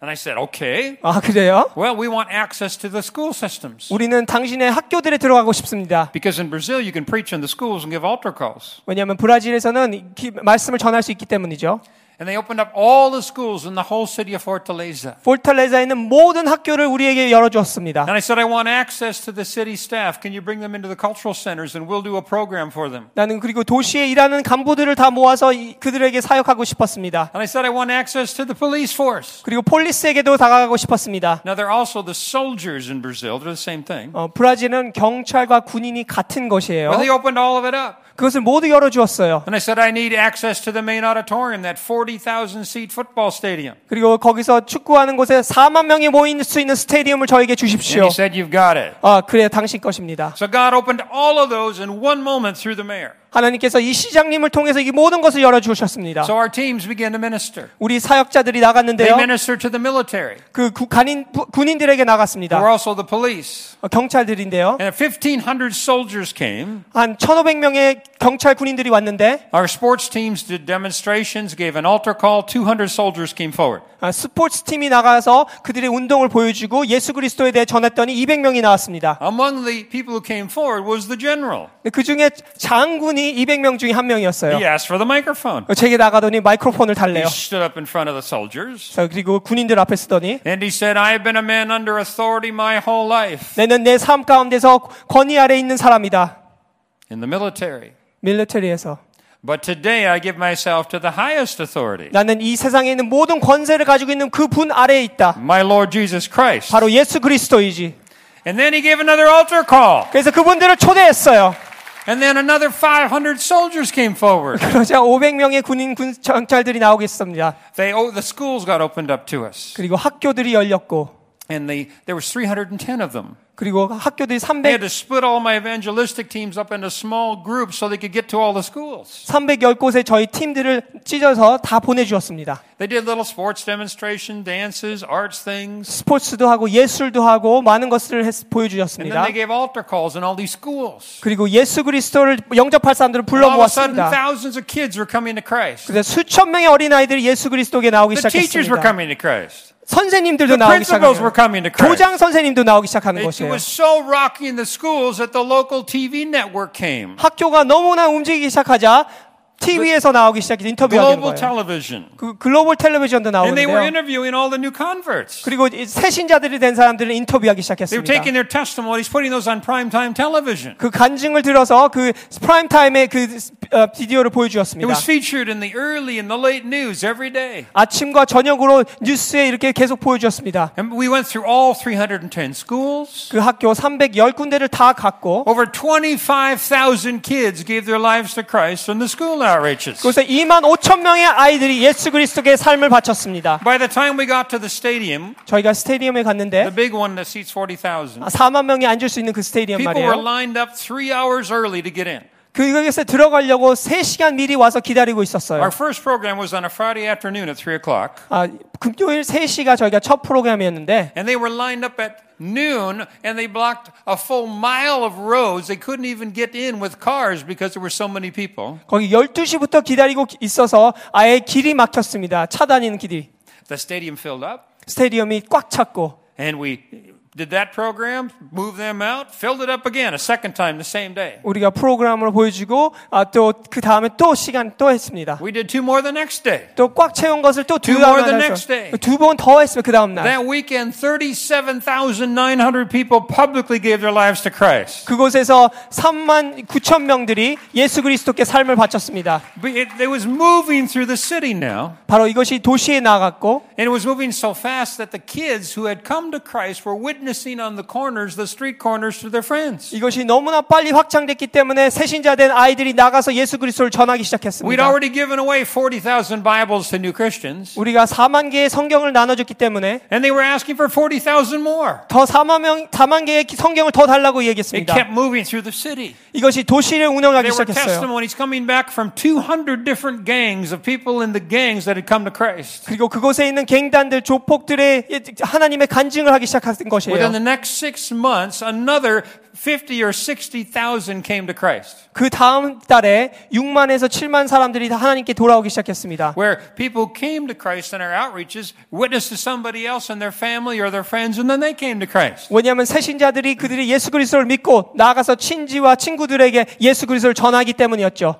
Speaker 1: And I said, Okay.
Speaker 2: 아 그래요?
Speaker 1: Well, we want access to the school systems.
Speaker 2: 우리는 당신의 학교들에 들어가고 싶습니다.
Speaker 1: Because in Brazil, you can preach in the schools and give altar calls.
Speaker 2: 왜냐하면 브라질에서는 기- 말씀을 전할 수 있기 때문이죠.
Speaker 1: And they opened up all the schools in the whole city of Fortaleza.
Speaker 2: 포르탈레자에 있는 모든 학교를 우리에게 열어주었습니다.
Speaker 1: And I said, I want access to the city staff. Can you bring them into the cultural centers and we'll do a program for them?
Speaker 2: 나는 그리고 도시에 일하는 간부들을 다 모아서 이- 그들에게 사역하고 싶었습니다.
Speaker 1: And I said, I want access to the police force.
Speaker 2: 그리고 폴리스에게도 다가가고 싶었습니다.
Speaker 1: Now, they're also the soldiers in Brazil. They're the same thing.
Speaker 2: 어, 브라질은 경찰과 군인이 같은 것이에요.
Speaker 1: But they opened all of it up.
Speaker 2: 그것을 모두 열어주었어요.
Speaker 1: And I said, I need access to the main auditorium, that 40,000 seat football stadium.
Speaker 2: 그리고 거기서 축구하는 곳에 4만 명이 모일 수 있는 스테디움을 저에게
Speaker 1: And
Speaker 2: 주십시오.
Speaker 1: he said, You've got it.
Speaker 2: 아, 그래 당신 것입니다.
Speaker 1: So God opened all of those in one moment through the mayor.
Speaker 2: 하나님께서 이 시장님을 통해서 이 모든 것을 열어주셨습니다.
Speaker 1: So our teams began to minister.
Speaker 2: 우리 사역자들이
Speaker 1: They
Speaker 2: 나갔는데요.
Speaker 1: ministered to the military.
Speaker 2: 그 구- 간인, 부- 군인들에게
Speaker 1: There were
Speaker 2: 나갔습니다.
Speaker 1: also the police.
Speaker 2: 어, 경찰들인데요.
Speaker 1: And 1,500 soldiers came.
Speaker 2: 한 1,500명의 경찰 군인들이 왔는데
Speaker 1: Our sports teams did demonstrations, gave an altar call. 200 soldiers came forward.
Speaker 2: 아, 스포츠 팀이 나가서 그들의 운동을 보여주고 예수 그리스도에 대해 전했더니 200명이 나왔습니다.
Speaker 1: Among the people who came forward was the general.
Speaker 2: 그 중에 장군이 200명 중에 한 명이었어요.
Speaker 1: He asked for the microphone.
Speaker 2: 어, 제게 나가더니 마이크로폰을 달래요.
Speaker 1: He stood up in front of the soldiers
Speaker 2: 자, 그리고 군인들 앞에 쓰더니
Speaker 1: and he said, I have been a man under authority my whole life
Speaker 2: 나는 내 삶 가운데서 권위 아래 있는 사람이다.
Speaker 1: in the military.
Speaker 2: 밀리터리에서
Speaker 1: But today I give myself to the highest authority,
Speaker 2: 나는 이 세상에 있는 모든 권세를 가지고 있는 그 분 아래에 있다.
Speaker 1: my Lord Jesus Christ.
Speaker 2: 바로 예수 그리스도이지.
Speaker 1: And then he gave another altar call.
Speaker 2: 그래서 그분들을 초대했어요.
Speaker 1: And then another 500 soldiers came forward.
Speaker 2: 그러자 500명의 군인 군 경찰들이 나오겠습니다.
Speaker 1: They, oh, the schools got opened up to us.
Speaker 2: 그리고 학교들이 열렸고
Speaker 1: And the, there was 310 of them.
Speaker 2: 그리고 학교들이
Speaker 1: They had
Speaker 2: 300
Speaker 1: to split all my evangelistic teams up into small groups so they could get to all the schools.
Speaker 2: 310곳에 저희 팀들을 찢어서 다 보내주었습니다.
Speaker 1: They did little sports demonstration, dances, arts things,
Speaker 2: 스포츠도 하고 예술도 하고 많은 것을
Speaker 1: and
Speaker 2: 했-
Speaker 1: then
Speaker 2: 보여주셨습니다.
Speaker 1: they gave altar calls in all these schools.
Speaker 2: 그리고 예수 그리스도를 영접할 사람들을
Speaker 1: And
Speaker 2: 불러
Speaker 1: all of a sudden,
Speaker 2: 모았습니다.
Speaker 1: thousands of kids were coming to Christ.
Speaker 2: 그래서 수천 명의 어린 아이들이 예수 그리스도에게 나오기
Speaker 1: The teachers were
Speaker 2: 시작했습니다.
Speaker 1: coming to Christ.
Speaker 2: 선생님들도
Speaker 1: The
Speaker 2: 나오기
Speaker 1: principals were
Speaker 2: 시작하고
Speaker 1: coming to Christ.
Speaker 2: 교장 선생님도 나오기 시작하는
Speaker 1: It
Speaker 2: 것이에요.
Speaker 1: was so rocky in the schools that the local TV network came.
Speaker 2: 학교가 너무나 움직이기 시작하자 TV에서 나오기 시작해서 인터뷰하게 된
Speaker 1: Global
Speaker 2: 거예요.
Speaker 1: television.
Speaker 2: 그 글로벌 텔레비전도
Speaker 1: And they were
Speaker 2: 나오는데요.
Speaker 1: interviewing all the new converts.
Speaker 2: 그리고 이 새신자들이 된 사람들을 인터뷰하기
Speaker 1: They were
Speaker 2: 시작했습니다.
Speaker 1: taking their testimonies, putting those on primetime television.
Speaker 2: 그 간증을 들어서 그 프라임 타임의 그 스- 어, 비디오를
Speaker 1: It
Speaker 2: 보여주었습니다.
Speaker 1: was featured in the early and the late news every day.
Speaker 2: 아침과 저녁으로 뉴스에 이렇게 계속 보여주었습니다.
Speaker 1: And we went through all 310 schools.
Speaker 2: 그 학교 310군데를 다 갔고
Speaker 1: Over 25,000 kids gave their lives to Christ in the school outreaches.
Speaker 2: 그곳에 2만 5천 명의 아이들이 예수 그리스도께 삶을 바쳤습니다.
Speaker 1: By the time we got to the stadium,
Speaker 2: 저희가 스테디움에
Speaker 1: the
Speaker 2: 갔는데
Speaker 1: big one that seats 40,000,
Speaker 2: 4만 명이 앉을 수 있는 그 스테디움
Speaker 1: people were
Speaker 2: 말이에요.
Speaker 1: lined up three hours early to get in.
Speaker 2: 그곳에 들어가려고 3시간 미리 와서 기다리고 있었어요.
Speaker 1: Our first program was on a Friday afternoon at 3 o'clock,
Speaker 2: 아, 금요일 3시가 저희가 첫 프로그램이었는데
Speaker 1: and they were lined up at noon, and they blocked a full mile of roads. They couldn't even get in with cars because there were so many people.
Speaker 2: 거기 12시부터 기다리고 있어서 아예 길이 막혔습니다. 차 다니는 길이.
Speaker 1: The stadium filled up.
Speaker 2: 스테디움이 꽉 찼고
Speaker 1: And we did that program, moved them out, filled it up again a second time the same day.
Speaker 2: 우리가 프로그램을 보여주고 아, 또 그 다음에 또 시간 또 했습니다.
Speaker 1: We did two more the next day.
Speaker 2: 또 꽉 채운 것을
Speaker 1: Two
Speaker 2: 또두
Speaker 1: more the next day.
Speaker 2: 두번 더 했어요. 그 다음 날.
Speaker 1: That weekend, 37,900 people publicly gave their lives to Christ.
Speaker 2: 그곳에서 3만 9천 명들이 예수 그리스도께 삶을 바쳤습니다.
Speaker 1: But It, it was moving through the city now,
Speaker 2: 바로 이것이 도시에 나갔고
Speaker 1: and it was moving so fast that the kids who had come to Christ were witnessing on the corners, the street corners, to their friends.
Speaker 2: 이것이 너무나 빨리 확장됐기 때문에 새신자 된 아이들이 나가서 예수 그리스도를 전하기
Speaker 1: We'd
Speaker 2: 시작했습니다.
Speaker 1: already given away 40,000 Bibles to new Christians,
Speaker 2: 우리가 4만 개의 성경을 나눠줬기 때문에
Speaker 1: and they were asking for 40,000 more.
Speaker 2: 더 4만 명, 4만 개의 성경을 더 달라고
Speaker 1: It
Speaker 2: 얘기했습니다.
Speaker 1: kept moving through the city.
Speaker 2: 이것이 도시를 운영하기
Speaker 1: There were
Speaker 2: 시작했어요.
Speaker 1: testimonies coming back from 200 different gangs of people in the gangs that had come to Christ.
Speaker 2: 그리고 그곳에 있는 갱단들, 조폭들의 하나님의 간증을 하기 시작한
Speaker 1: Within
Speaker 2: 것이에요.
Speaker 1: the next six months, another 50 or 60,000 came to Christ,
Speaker 2: 그 다음 달에 6만에서 7만 사람들이 다 하나님께 돌아오기 시작했습니다.
Speaker 1: where people came to Christ in our outreaches, witnessed to somebody else and their family or their friends, and then they came to Christ.
Speaker 2: 왜냐하면 새신자들이 그들이 예수 그리스도를 믿고 나아가서 친지와 친구들에게 예수 그리스도를 전하기 때문이었죠.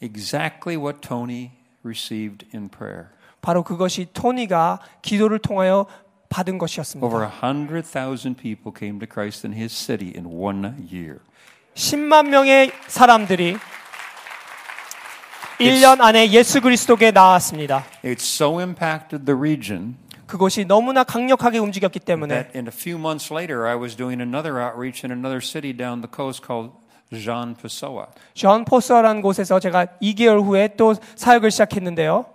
Speaker 1: Exactly what Tony received in prayer.
Speaker 2: 바로 그것이 토니가 기도를 통하여 받은 것이었습니다.
Speaker 1: Over 100,000 people came to Christ in his city in one year.
Speaker 2: 10만 명의 사람들이 1년 안에 예수 그리스도께 나왔습니다.
Speaker 1: It so impacted the region
Speaker 2: 그것이 너무나 강력하게 움직였기 때문에
Speaker 1: that in a few months later, I was doing another outreach in another city down the coast called Jean Pessoa.
Speaker 2: 존 포스라는 곳에서 제가 2개월 후에 또 사역을 시작했는데요.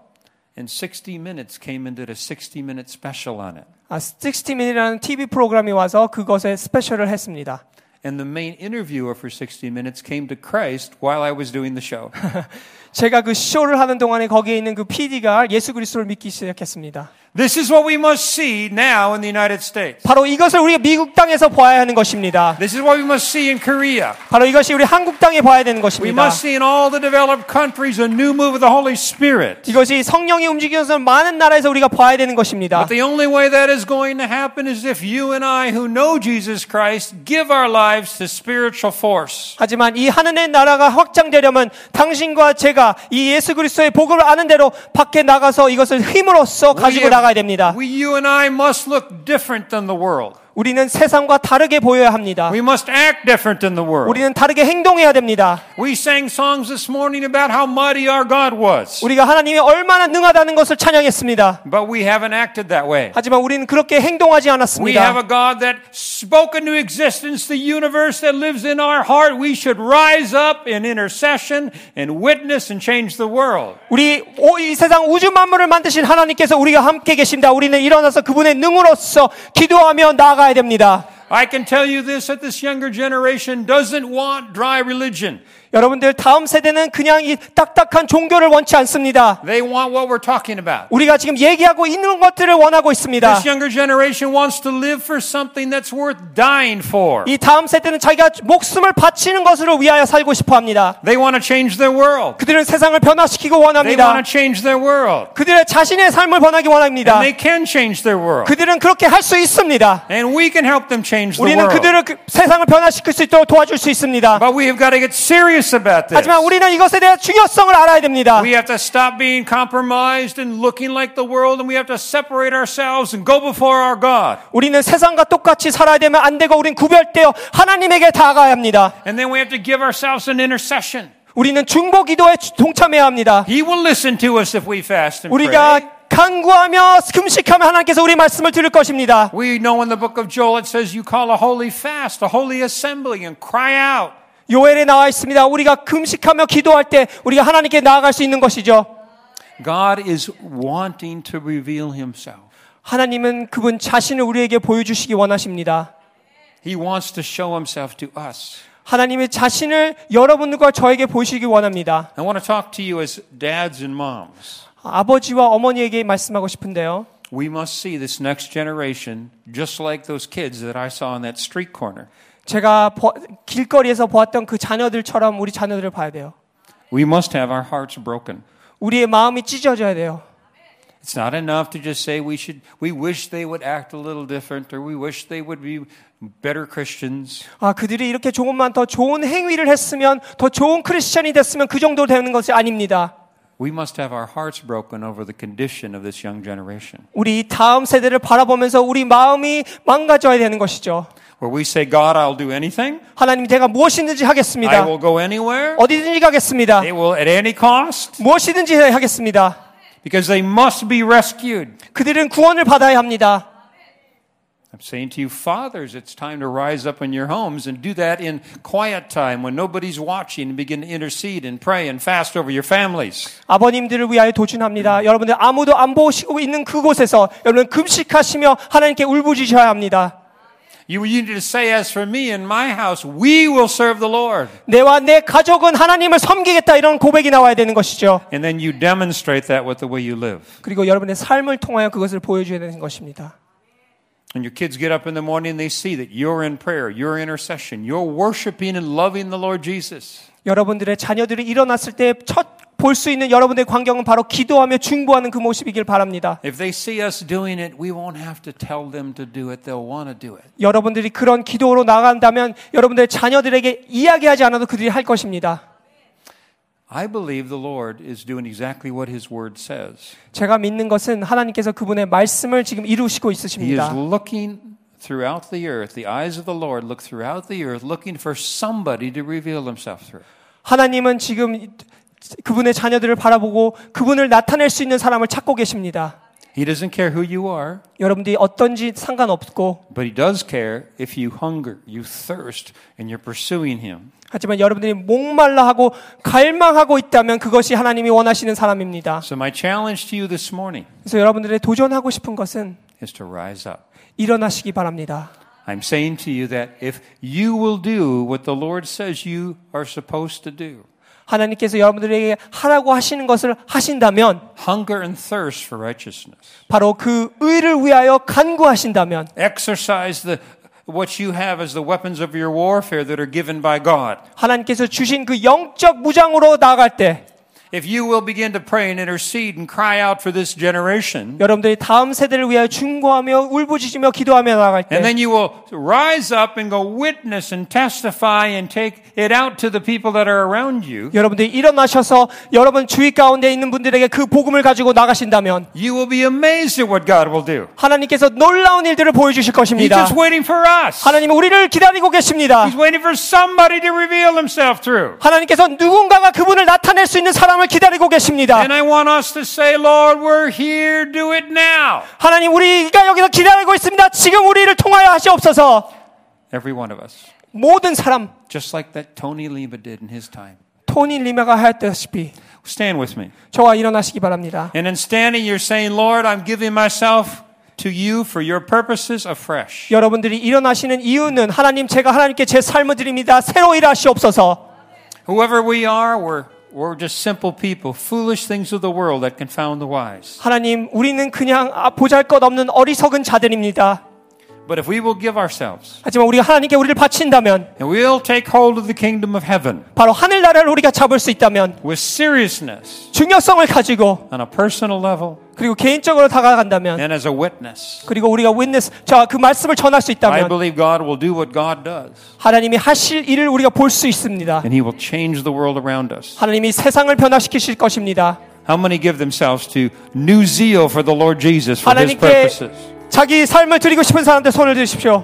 Speaker 1: And 60 Minutes came and did a 60 minute special on it.
Speaker 2: 아, 60min이라는 TV 프로그램이 와서 그것에 스페셜을 했습니다.
Speaker 1: And the main interviewer for 60 Minutes came to Christ while I was doing the show. [LAUGHS]
Speaker 2: 제가 그 쇼를 하는 동안에 거기에 있는 그 PD가 예수 그리스도를 믿기 시작했습니다.
Speaker 1: this is what we must see now in the United States.
Speaker 2: 바로 이것을 우리가 미국 땅에서 봐야 하는 것입니다.
Speaker 1: This is what we must see in Korea.
Speaker 2: 바로 이것이 우리 한국 땅에 봐야 되는
Speaker 1: We
Speaker 2: 것입니다.
Speaker 1: must see in all the developed countries a new move of the Holy Spirit.
Speaker 2: 이것이 성령이 움직여서 많은 나라에서 우리가 봐야 되는 것입니다.
Speaker 1: But the only way that is going to happen is if you and I, who know Jesus Christ, give our lives to spiritual force.
Speaker 2: 하지만 이 하늘의 나라가 확장되려면 당신과 제가 이 예수 그리스도의 복을 아는 대로 밖에 나가서 이것을 힘으로써 가지고 나가야 됩니다.
Speaker 1: we, you and I must look different than the world.
Speaker 2: 우리는 세상과 다르게 보여야 합니다.
Speaker 1: We must act different than the world.
Speaker 2: 우리는 다르게 행동해야 됩니다.
Speaker 1: We sang songs this morning about how mighty our God was.
Speaker 2: 우리가 하나님이 얼마나 능하다는 것을 찬양했습니다.
Speaker 1: But we haven't acted that way.
Speaker 2: 하지만 우리는 그렇게 행동하지
Speaker 1: We have
Speaker 2: 않았습니다.
Speaker 1: a God that spoke into existence the universe that lives in our heart. We should rise up in intercession and witness and change the world.
Speaker 2: 우리 오- 이 세상 우주 만물을 만드신 하나님께서 우리가 함께 계십니다. 우리는 일어나서 그분의 능으로서 기도하며 나아가야 됩니다.
Speaker 1: I can tell you this that this younger generation doesn't want dry religion.
Speaker 2: 여러분들 다음 세대는 그냥 이 딱딱한 종교를 원치 않습니다.
Speaker 1: They want what we're talking about.
Speaker 2: 우리가 지금 얘기하고 있는 것들을 원하고 있습니다.
Speaker 1: This younger generation wants to live for something that's worth dying for.
Speaker 2: 이 다음 세대는 자기가 목숨을 바치는 것으로 위하여 살고 싶어 합니다.
Speaker 1: They want to change their world.
Speaker 2: 그들은 세상을 변화시키고
Speaker 1: They
Speaker 2: 원합니다.
Speaker 1: want to change their world.
Speaker 2: 그들의 자신의 삶을 변하기 원합니다.
Speaker 1: And they can change their world.
Speaker 2: 그들은 그렇게 할 수 있습니다.
Speaker 1: And we can help them change the
Speaker 2: 우리는
Speaker 1: world.
Speaker 2: 그들을 그- 세상을 변화시킬 수 있도록 도와줄 수 있습니다.
Speaker 1: But we have got to get serious about this.
Speaker 2: 하지만 우리는 이것에 대한 중요성을 알아야 됩니다.
Speaker 1: We have to stop being compromised and looking like the world, and we have to separate ourselves and go before our God.
Speaker 2: 우리는 세상과 똑같이 살아야 되면 안 되고 우린 구별되어 하나님에게 다가가야 합니다.
Speaker 1: And then we have to give ourselves an intercession.
Speaker 2: 우리는 중보 기도에 주- 동참해야 합니다.
Speaker 1: He will listen to us if we fast and pray.
Speaker 2: 우리가 간구하며 금식하며 하나님께서 우리 말씀을 들을 것입니다.
Speaker 1: We know in the book of Joel it says you call a holy fast, a holy assembly, and cry out.
Speaker 2: 요엘에 나와 있습니다. 우리가 금식하며 기도할 때 우리가 하나님께 나아갈 수 있는 것이죠.
Speaker 1: God is wanting to reveal himself.
Speaker 2: 하나님은 그분 자신을 우리에게 보여주시기 원하십니다.
Speaker 1: He wants to show himself to us.
Speaker 2: 하나님의 자신을 여러분들과 저에게 보시기 원합니다.
Speaker 1: I want to talk to you as dads and moms.
Speaker 2: 아버지와 어머니에게 말씀하고 싶은데요.
Speaker 1: We must see this next generation just like those kids that I saw on that street corner.
Speaker 2: 제가 보- 길거리에서 보았던 그 자녀들처럼 우리 자녀들을 봐야 돼요.
Speaker 1: We must have our hearts broken.
Speaker 2: 우리의 마음이 찢어져야 돼요.
Speaker 1: It's not enough to just say we should we wish they would act a little different or we wish they would be better Christians.
Speaker 2: 아, 그들이 이렇게 조금만 더 좋은 행위를 했으면, 더 좋은 크리스천이 됐으면 그 정도 되는 것이 아닙니다.
Speaker 1: We must have our hearts broken over the condition of this young generation.
Speaker 2: 우리 이 다음 세대를 바라보면서 우리 마음이 망가져야 되는 것이죠.
Speaker 1: Where we say, God, I'll do anything.
Speaker 2: 하나님, 제가 무엇이든지
Speaker 1: I
Speaker 2: 하겠습니다.
Speaker 1: will go anywhere.
Speaker 2: 어디든지 가겠습니다.
Speaker 1: They will at any cost.
Speaker 2: 무엇이든지 하겠습니다.
Speaker 1: Because they must be rescued.
Speaker 2: 그들은 구원을 받아야 합니다.
Speaker 1: I'm saying to you, fathers, it's time to rise up in your homes and do that in quiet time when nobody's watching and begin to intercede and pray and fast over your families.
Speaker 2: 아버님들을 위하여 도준합니다. 여러분들 아무도 안 보시고 있는 그곳에서 여러분 금식하시며 하나님께 울부짖어야 합니다.
Speaker 1: You, you need to say, as for me and my house, we will serve the Lord.
Speaker 2: 내와 내 가족은 하나님을 섬기겠다 이런 고백이 나와야 되는 것이죠.
Speaker 1: And then you demonstrate that with the way you live.
Speaker 2: 그리고 여러분의 삶을 통하여 그것을 보여줘야 되는 것입니다.
Speaker 1: When your kids get up in the morning, they see that you're in prayer, you're intercession, you're worshiping and loving the Lord Jesus.
Speaker 2: 여러분들의 자녀들이 일어났을 때 첫 볼 수 있는 여러분의 광경은 바로 기도하며 중보하는 그 모습이길 바랍니다.
Speaker 1: If they see us doing it, we won't have to tell them to do it. They'll want to do it.
Speaker 2: 여러분들이 그런 기도로 나간다면 여러분들의 자녀들에게 이야기하지 않아도 그들이 할 것입니다.
Speaker 1: I believe the Lord is doing exactly what His Word says.
Speaker 2: 제가 믿는 것은 하나님께서 그분의 말씀을 지금 이루시고
Speaker 1: He is
Speaker 2: 있으십니다.
Speaker 1: looking throughout the earth. The eyes of the Lord look throughout the earth, looking for somebody to reveal Himself through.
Speaker 2: 하나님은 지금 그분의 자녀들을 바라보고 그분을 나타낼 수 있는 사람을 찾고 계십니다.
Speaker 1: He doesn't care who you are,
Speaker 2: 여러분들이 어떤지 상관없고
Speaker 1: but He does care if you hunger, you thirst, and you're pursuing Him.
Speaker 2: 하지만 여러분들이 목말라 하고 갈망하고 있다면 그것이 하나님이 원하시는 사람입니다.
Speaker 1: So, my challenge to you this morning
Speaker 2: 그래서 여러분들의 도전하고 싶은 것은
Speaker 1: is to rise up.
Speaker 2: 일어나시기 바랍니다.
Speaker 1: I'm saying to you that if you will do what the Lord says you are supposed to do,
Speaker 2: 하나님께서 여러분들에게 하라고 하시는 것을 하신다면
Speaker 1: hunger and thirst for righteousness,
Speaker 2: 바로 그 의를 위하여 간구하신다면
Speaker 1: exercise the what you have as the weapons of your warfare that are given by God.
Speaker 2: 하나님께서 주신 그 영적 무장으로 나아갈 때
Speaker 1: If you will begin to pray and intercede and cry out for this generation,
Speaker 2: 여러분들이 다음 세대를 위하여 중고하며 울부짖으며 기도하며 나아갈
Speaker 1: and
Speaker 2: 때
Speaker 1: then you will rise up and go witness and testify and take it out to the people that are around you,
Speaker 2: 여러분들이 일어나셔서 여러분 주위 가운데 있는 분들에게 그 복음을 가지고 나가신다면
Speaker 1: you will be amazed at what God will do.
Speaker 2: 하나님께서 놀라운 일들을 보여주실
Speaker 1: He's
Speaker 2: 것입니다.
Speaker 1: just waiting for us.
Speaker 2: 하나님은 우리를 기다리고 계십니다.
Speaker 1: He's waiting for somebody to reveal himself through.
Speaker 2: 하나님께서 누군가가 그분을 나타낼 수 있는 사람을 기다리고 계십니다.
Speaker 1: And I want us to say, Lord, we're here, do it now.
Speaker 2: 하나님 우리가 여기서 기다리고 있습니다. 지금 우리를 통하여 하시옵소서.
Speaker 1: Every one of us.
Speaker 2: 모든 사람
Speaker 1: Just like that Tony Lima did in his time.
Speaker 2: 토니 리메가 하였다시피
Speaker 1: Stand with me.
Speaker 2: 저와 일어나시기 바랍니다.
Speaker 1: And in standing, you're saying, Lord, I'm giving myself to you for your purposes afresh.
Speaker 2: 여러분들이 일어나시는 이유는 하나님 제가 하나님께 제 삶을 드립니다. 새로 일하시옵소서.
Speaker 1: Whoever we are, we're, we're just simple people, foolish things of the world that confound the wise.
Speaker 2: 하나님 우리는 그냥 아, 보잘것없는 어리석은 자들입니다.
Speaker 1: But if we will give ourselves
Speaker 2: 하지만 우리가 하나님께 우리를 바친다면
Speaker 1: and we'll take hold of the kingdom of heaven
Speaker 2: 바로 하늘나라를 우리가 잡을 수 있다면
Speaker 1: with seriousness
Speaker 2: 중요성을 가지고
Speaker 1: on a personal level
Speaker 2: 그리고 개인적으로 다가간다면
Speaker 1: and as a witness,
Speaker 2: 그리고 우리가 witness 저그 말씀을 전할 수
Speaker 1: I
Speaker 2: 있다면
Speaker 1: believe God will do what God does.
Speaker 2: 하나님이 하실 일을 우리가 볼 수 있습니다.
Speaker 1: and he will change the world around us.
Speaker 2: 하나님이 세상을 변화시키실 것입니다.
Speaker 1: How many give themselves to new zeal for the Lord Jesus for his
Speaker 2: 하나님께
Speaker 1: purposes?
Speaker 2: 자기 삶을 드리고 싶은 사람들 손을 드십시오.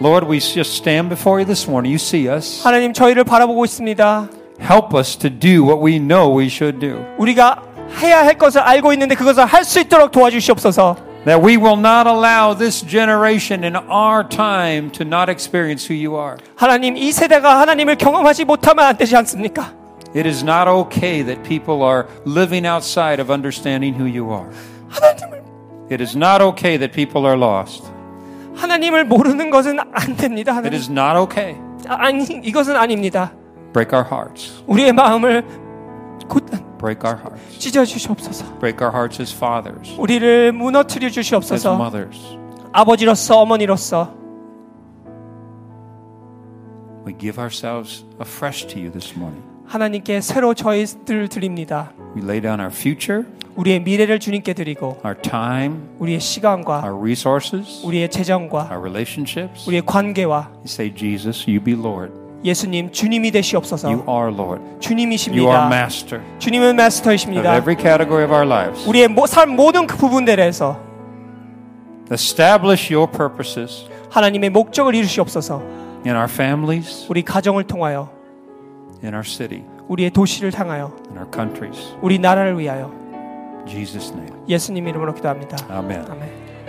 Speaker 1: Lord, we just stand before you this morning. You see us.
Speaker 2: 하나님 저희를 바라보고 있습니다.
Speaker 1: Help us to do what we know we should do.
Speaker 2: 우리가 해야 할 것을 알고 있는데 그것을 할 수 있도록 도와주시옵소서.
Speaker 1: That we will not allow this generation in our time to not experience who you are.
Speaker 2: 하나님 이 세대가 하나님을 경험하지 못하면 안 되지 않습니까?
Speaker 1: It is not okay that people are living outside of understanding who you are. It is not okay that people are lost.
Speaker 2: 하나님을 모르는 것은 안 됩니다.
Speaker 1: It
Speaker 2: 하나님.
Speaker 1: is not okay.
Speaker 2: 아, 아니 이것은 아닙니다.
Speaker 1: Break our hearts.
Speaker 2: 우리의 마음을 곧
Speaker 1: Break our hearts.
Speaker 2: 찢어 주시옵소서.
Speaker 1: Break our hearts as fathers.
Speaker 2: 우리를 무너뜨려
Speaker 1: as
Speaker 2: 주시옵소서.
Speaker 1: mothers,
Speaker 2: 아버지로서 어머니로서
Speaker 1: we give ourselves afresh to you this morning.
Speaker 2: 하나님께 새로 저희들 드립니다.
Speaker 1: We lay down our future,
Speaker 2: 우리의 미래를 주님께 드리고
Speaker 1: our time,
Speaker 2: 우리의 시간과
Speaker 1: our resources,
Speaker 2: 우리의 재정과
Speaker 1: our relationships. We
Speaker 2: 우리의 관계와
Speaker 1: say, Jesus, you be Lord.
Speaker 2: 예수님 주님이
Speaker 1: You
Speaker 2: 되시옵소서.
Speaker 1: are Lord. You are
Speaker 2: 주님이십니다.
Speaker 1: master
Speaker 2: 주님은
Speaker 1: of
Speaker 2: 마스터이십니다.
Speaker 1: every category of our lives.
Speaker 2: 우리의 모- 삶 모든 그 부분들에서
Speaker 1: Establish your purposes
Speaker 2: 하나님의 목적을 이루시옵소서.
Speaker 1: in our families,
Speaker 2: 우리 가정을 통하여
Speaker 1: in our city,
Speaker 2: 우리의 도시를 향하여
Speaker 1: in our countries.
Speaker 2: 우리 나라를 위하여
Speaker 1: In Jesus' name.
Speaker 2: 예수님 이름으로 기도합니다.
Speaker 1: Amen.
Speaker 2: 아멘.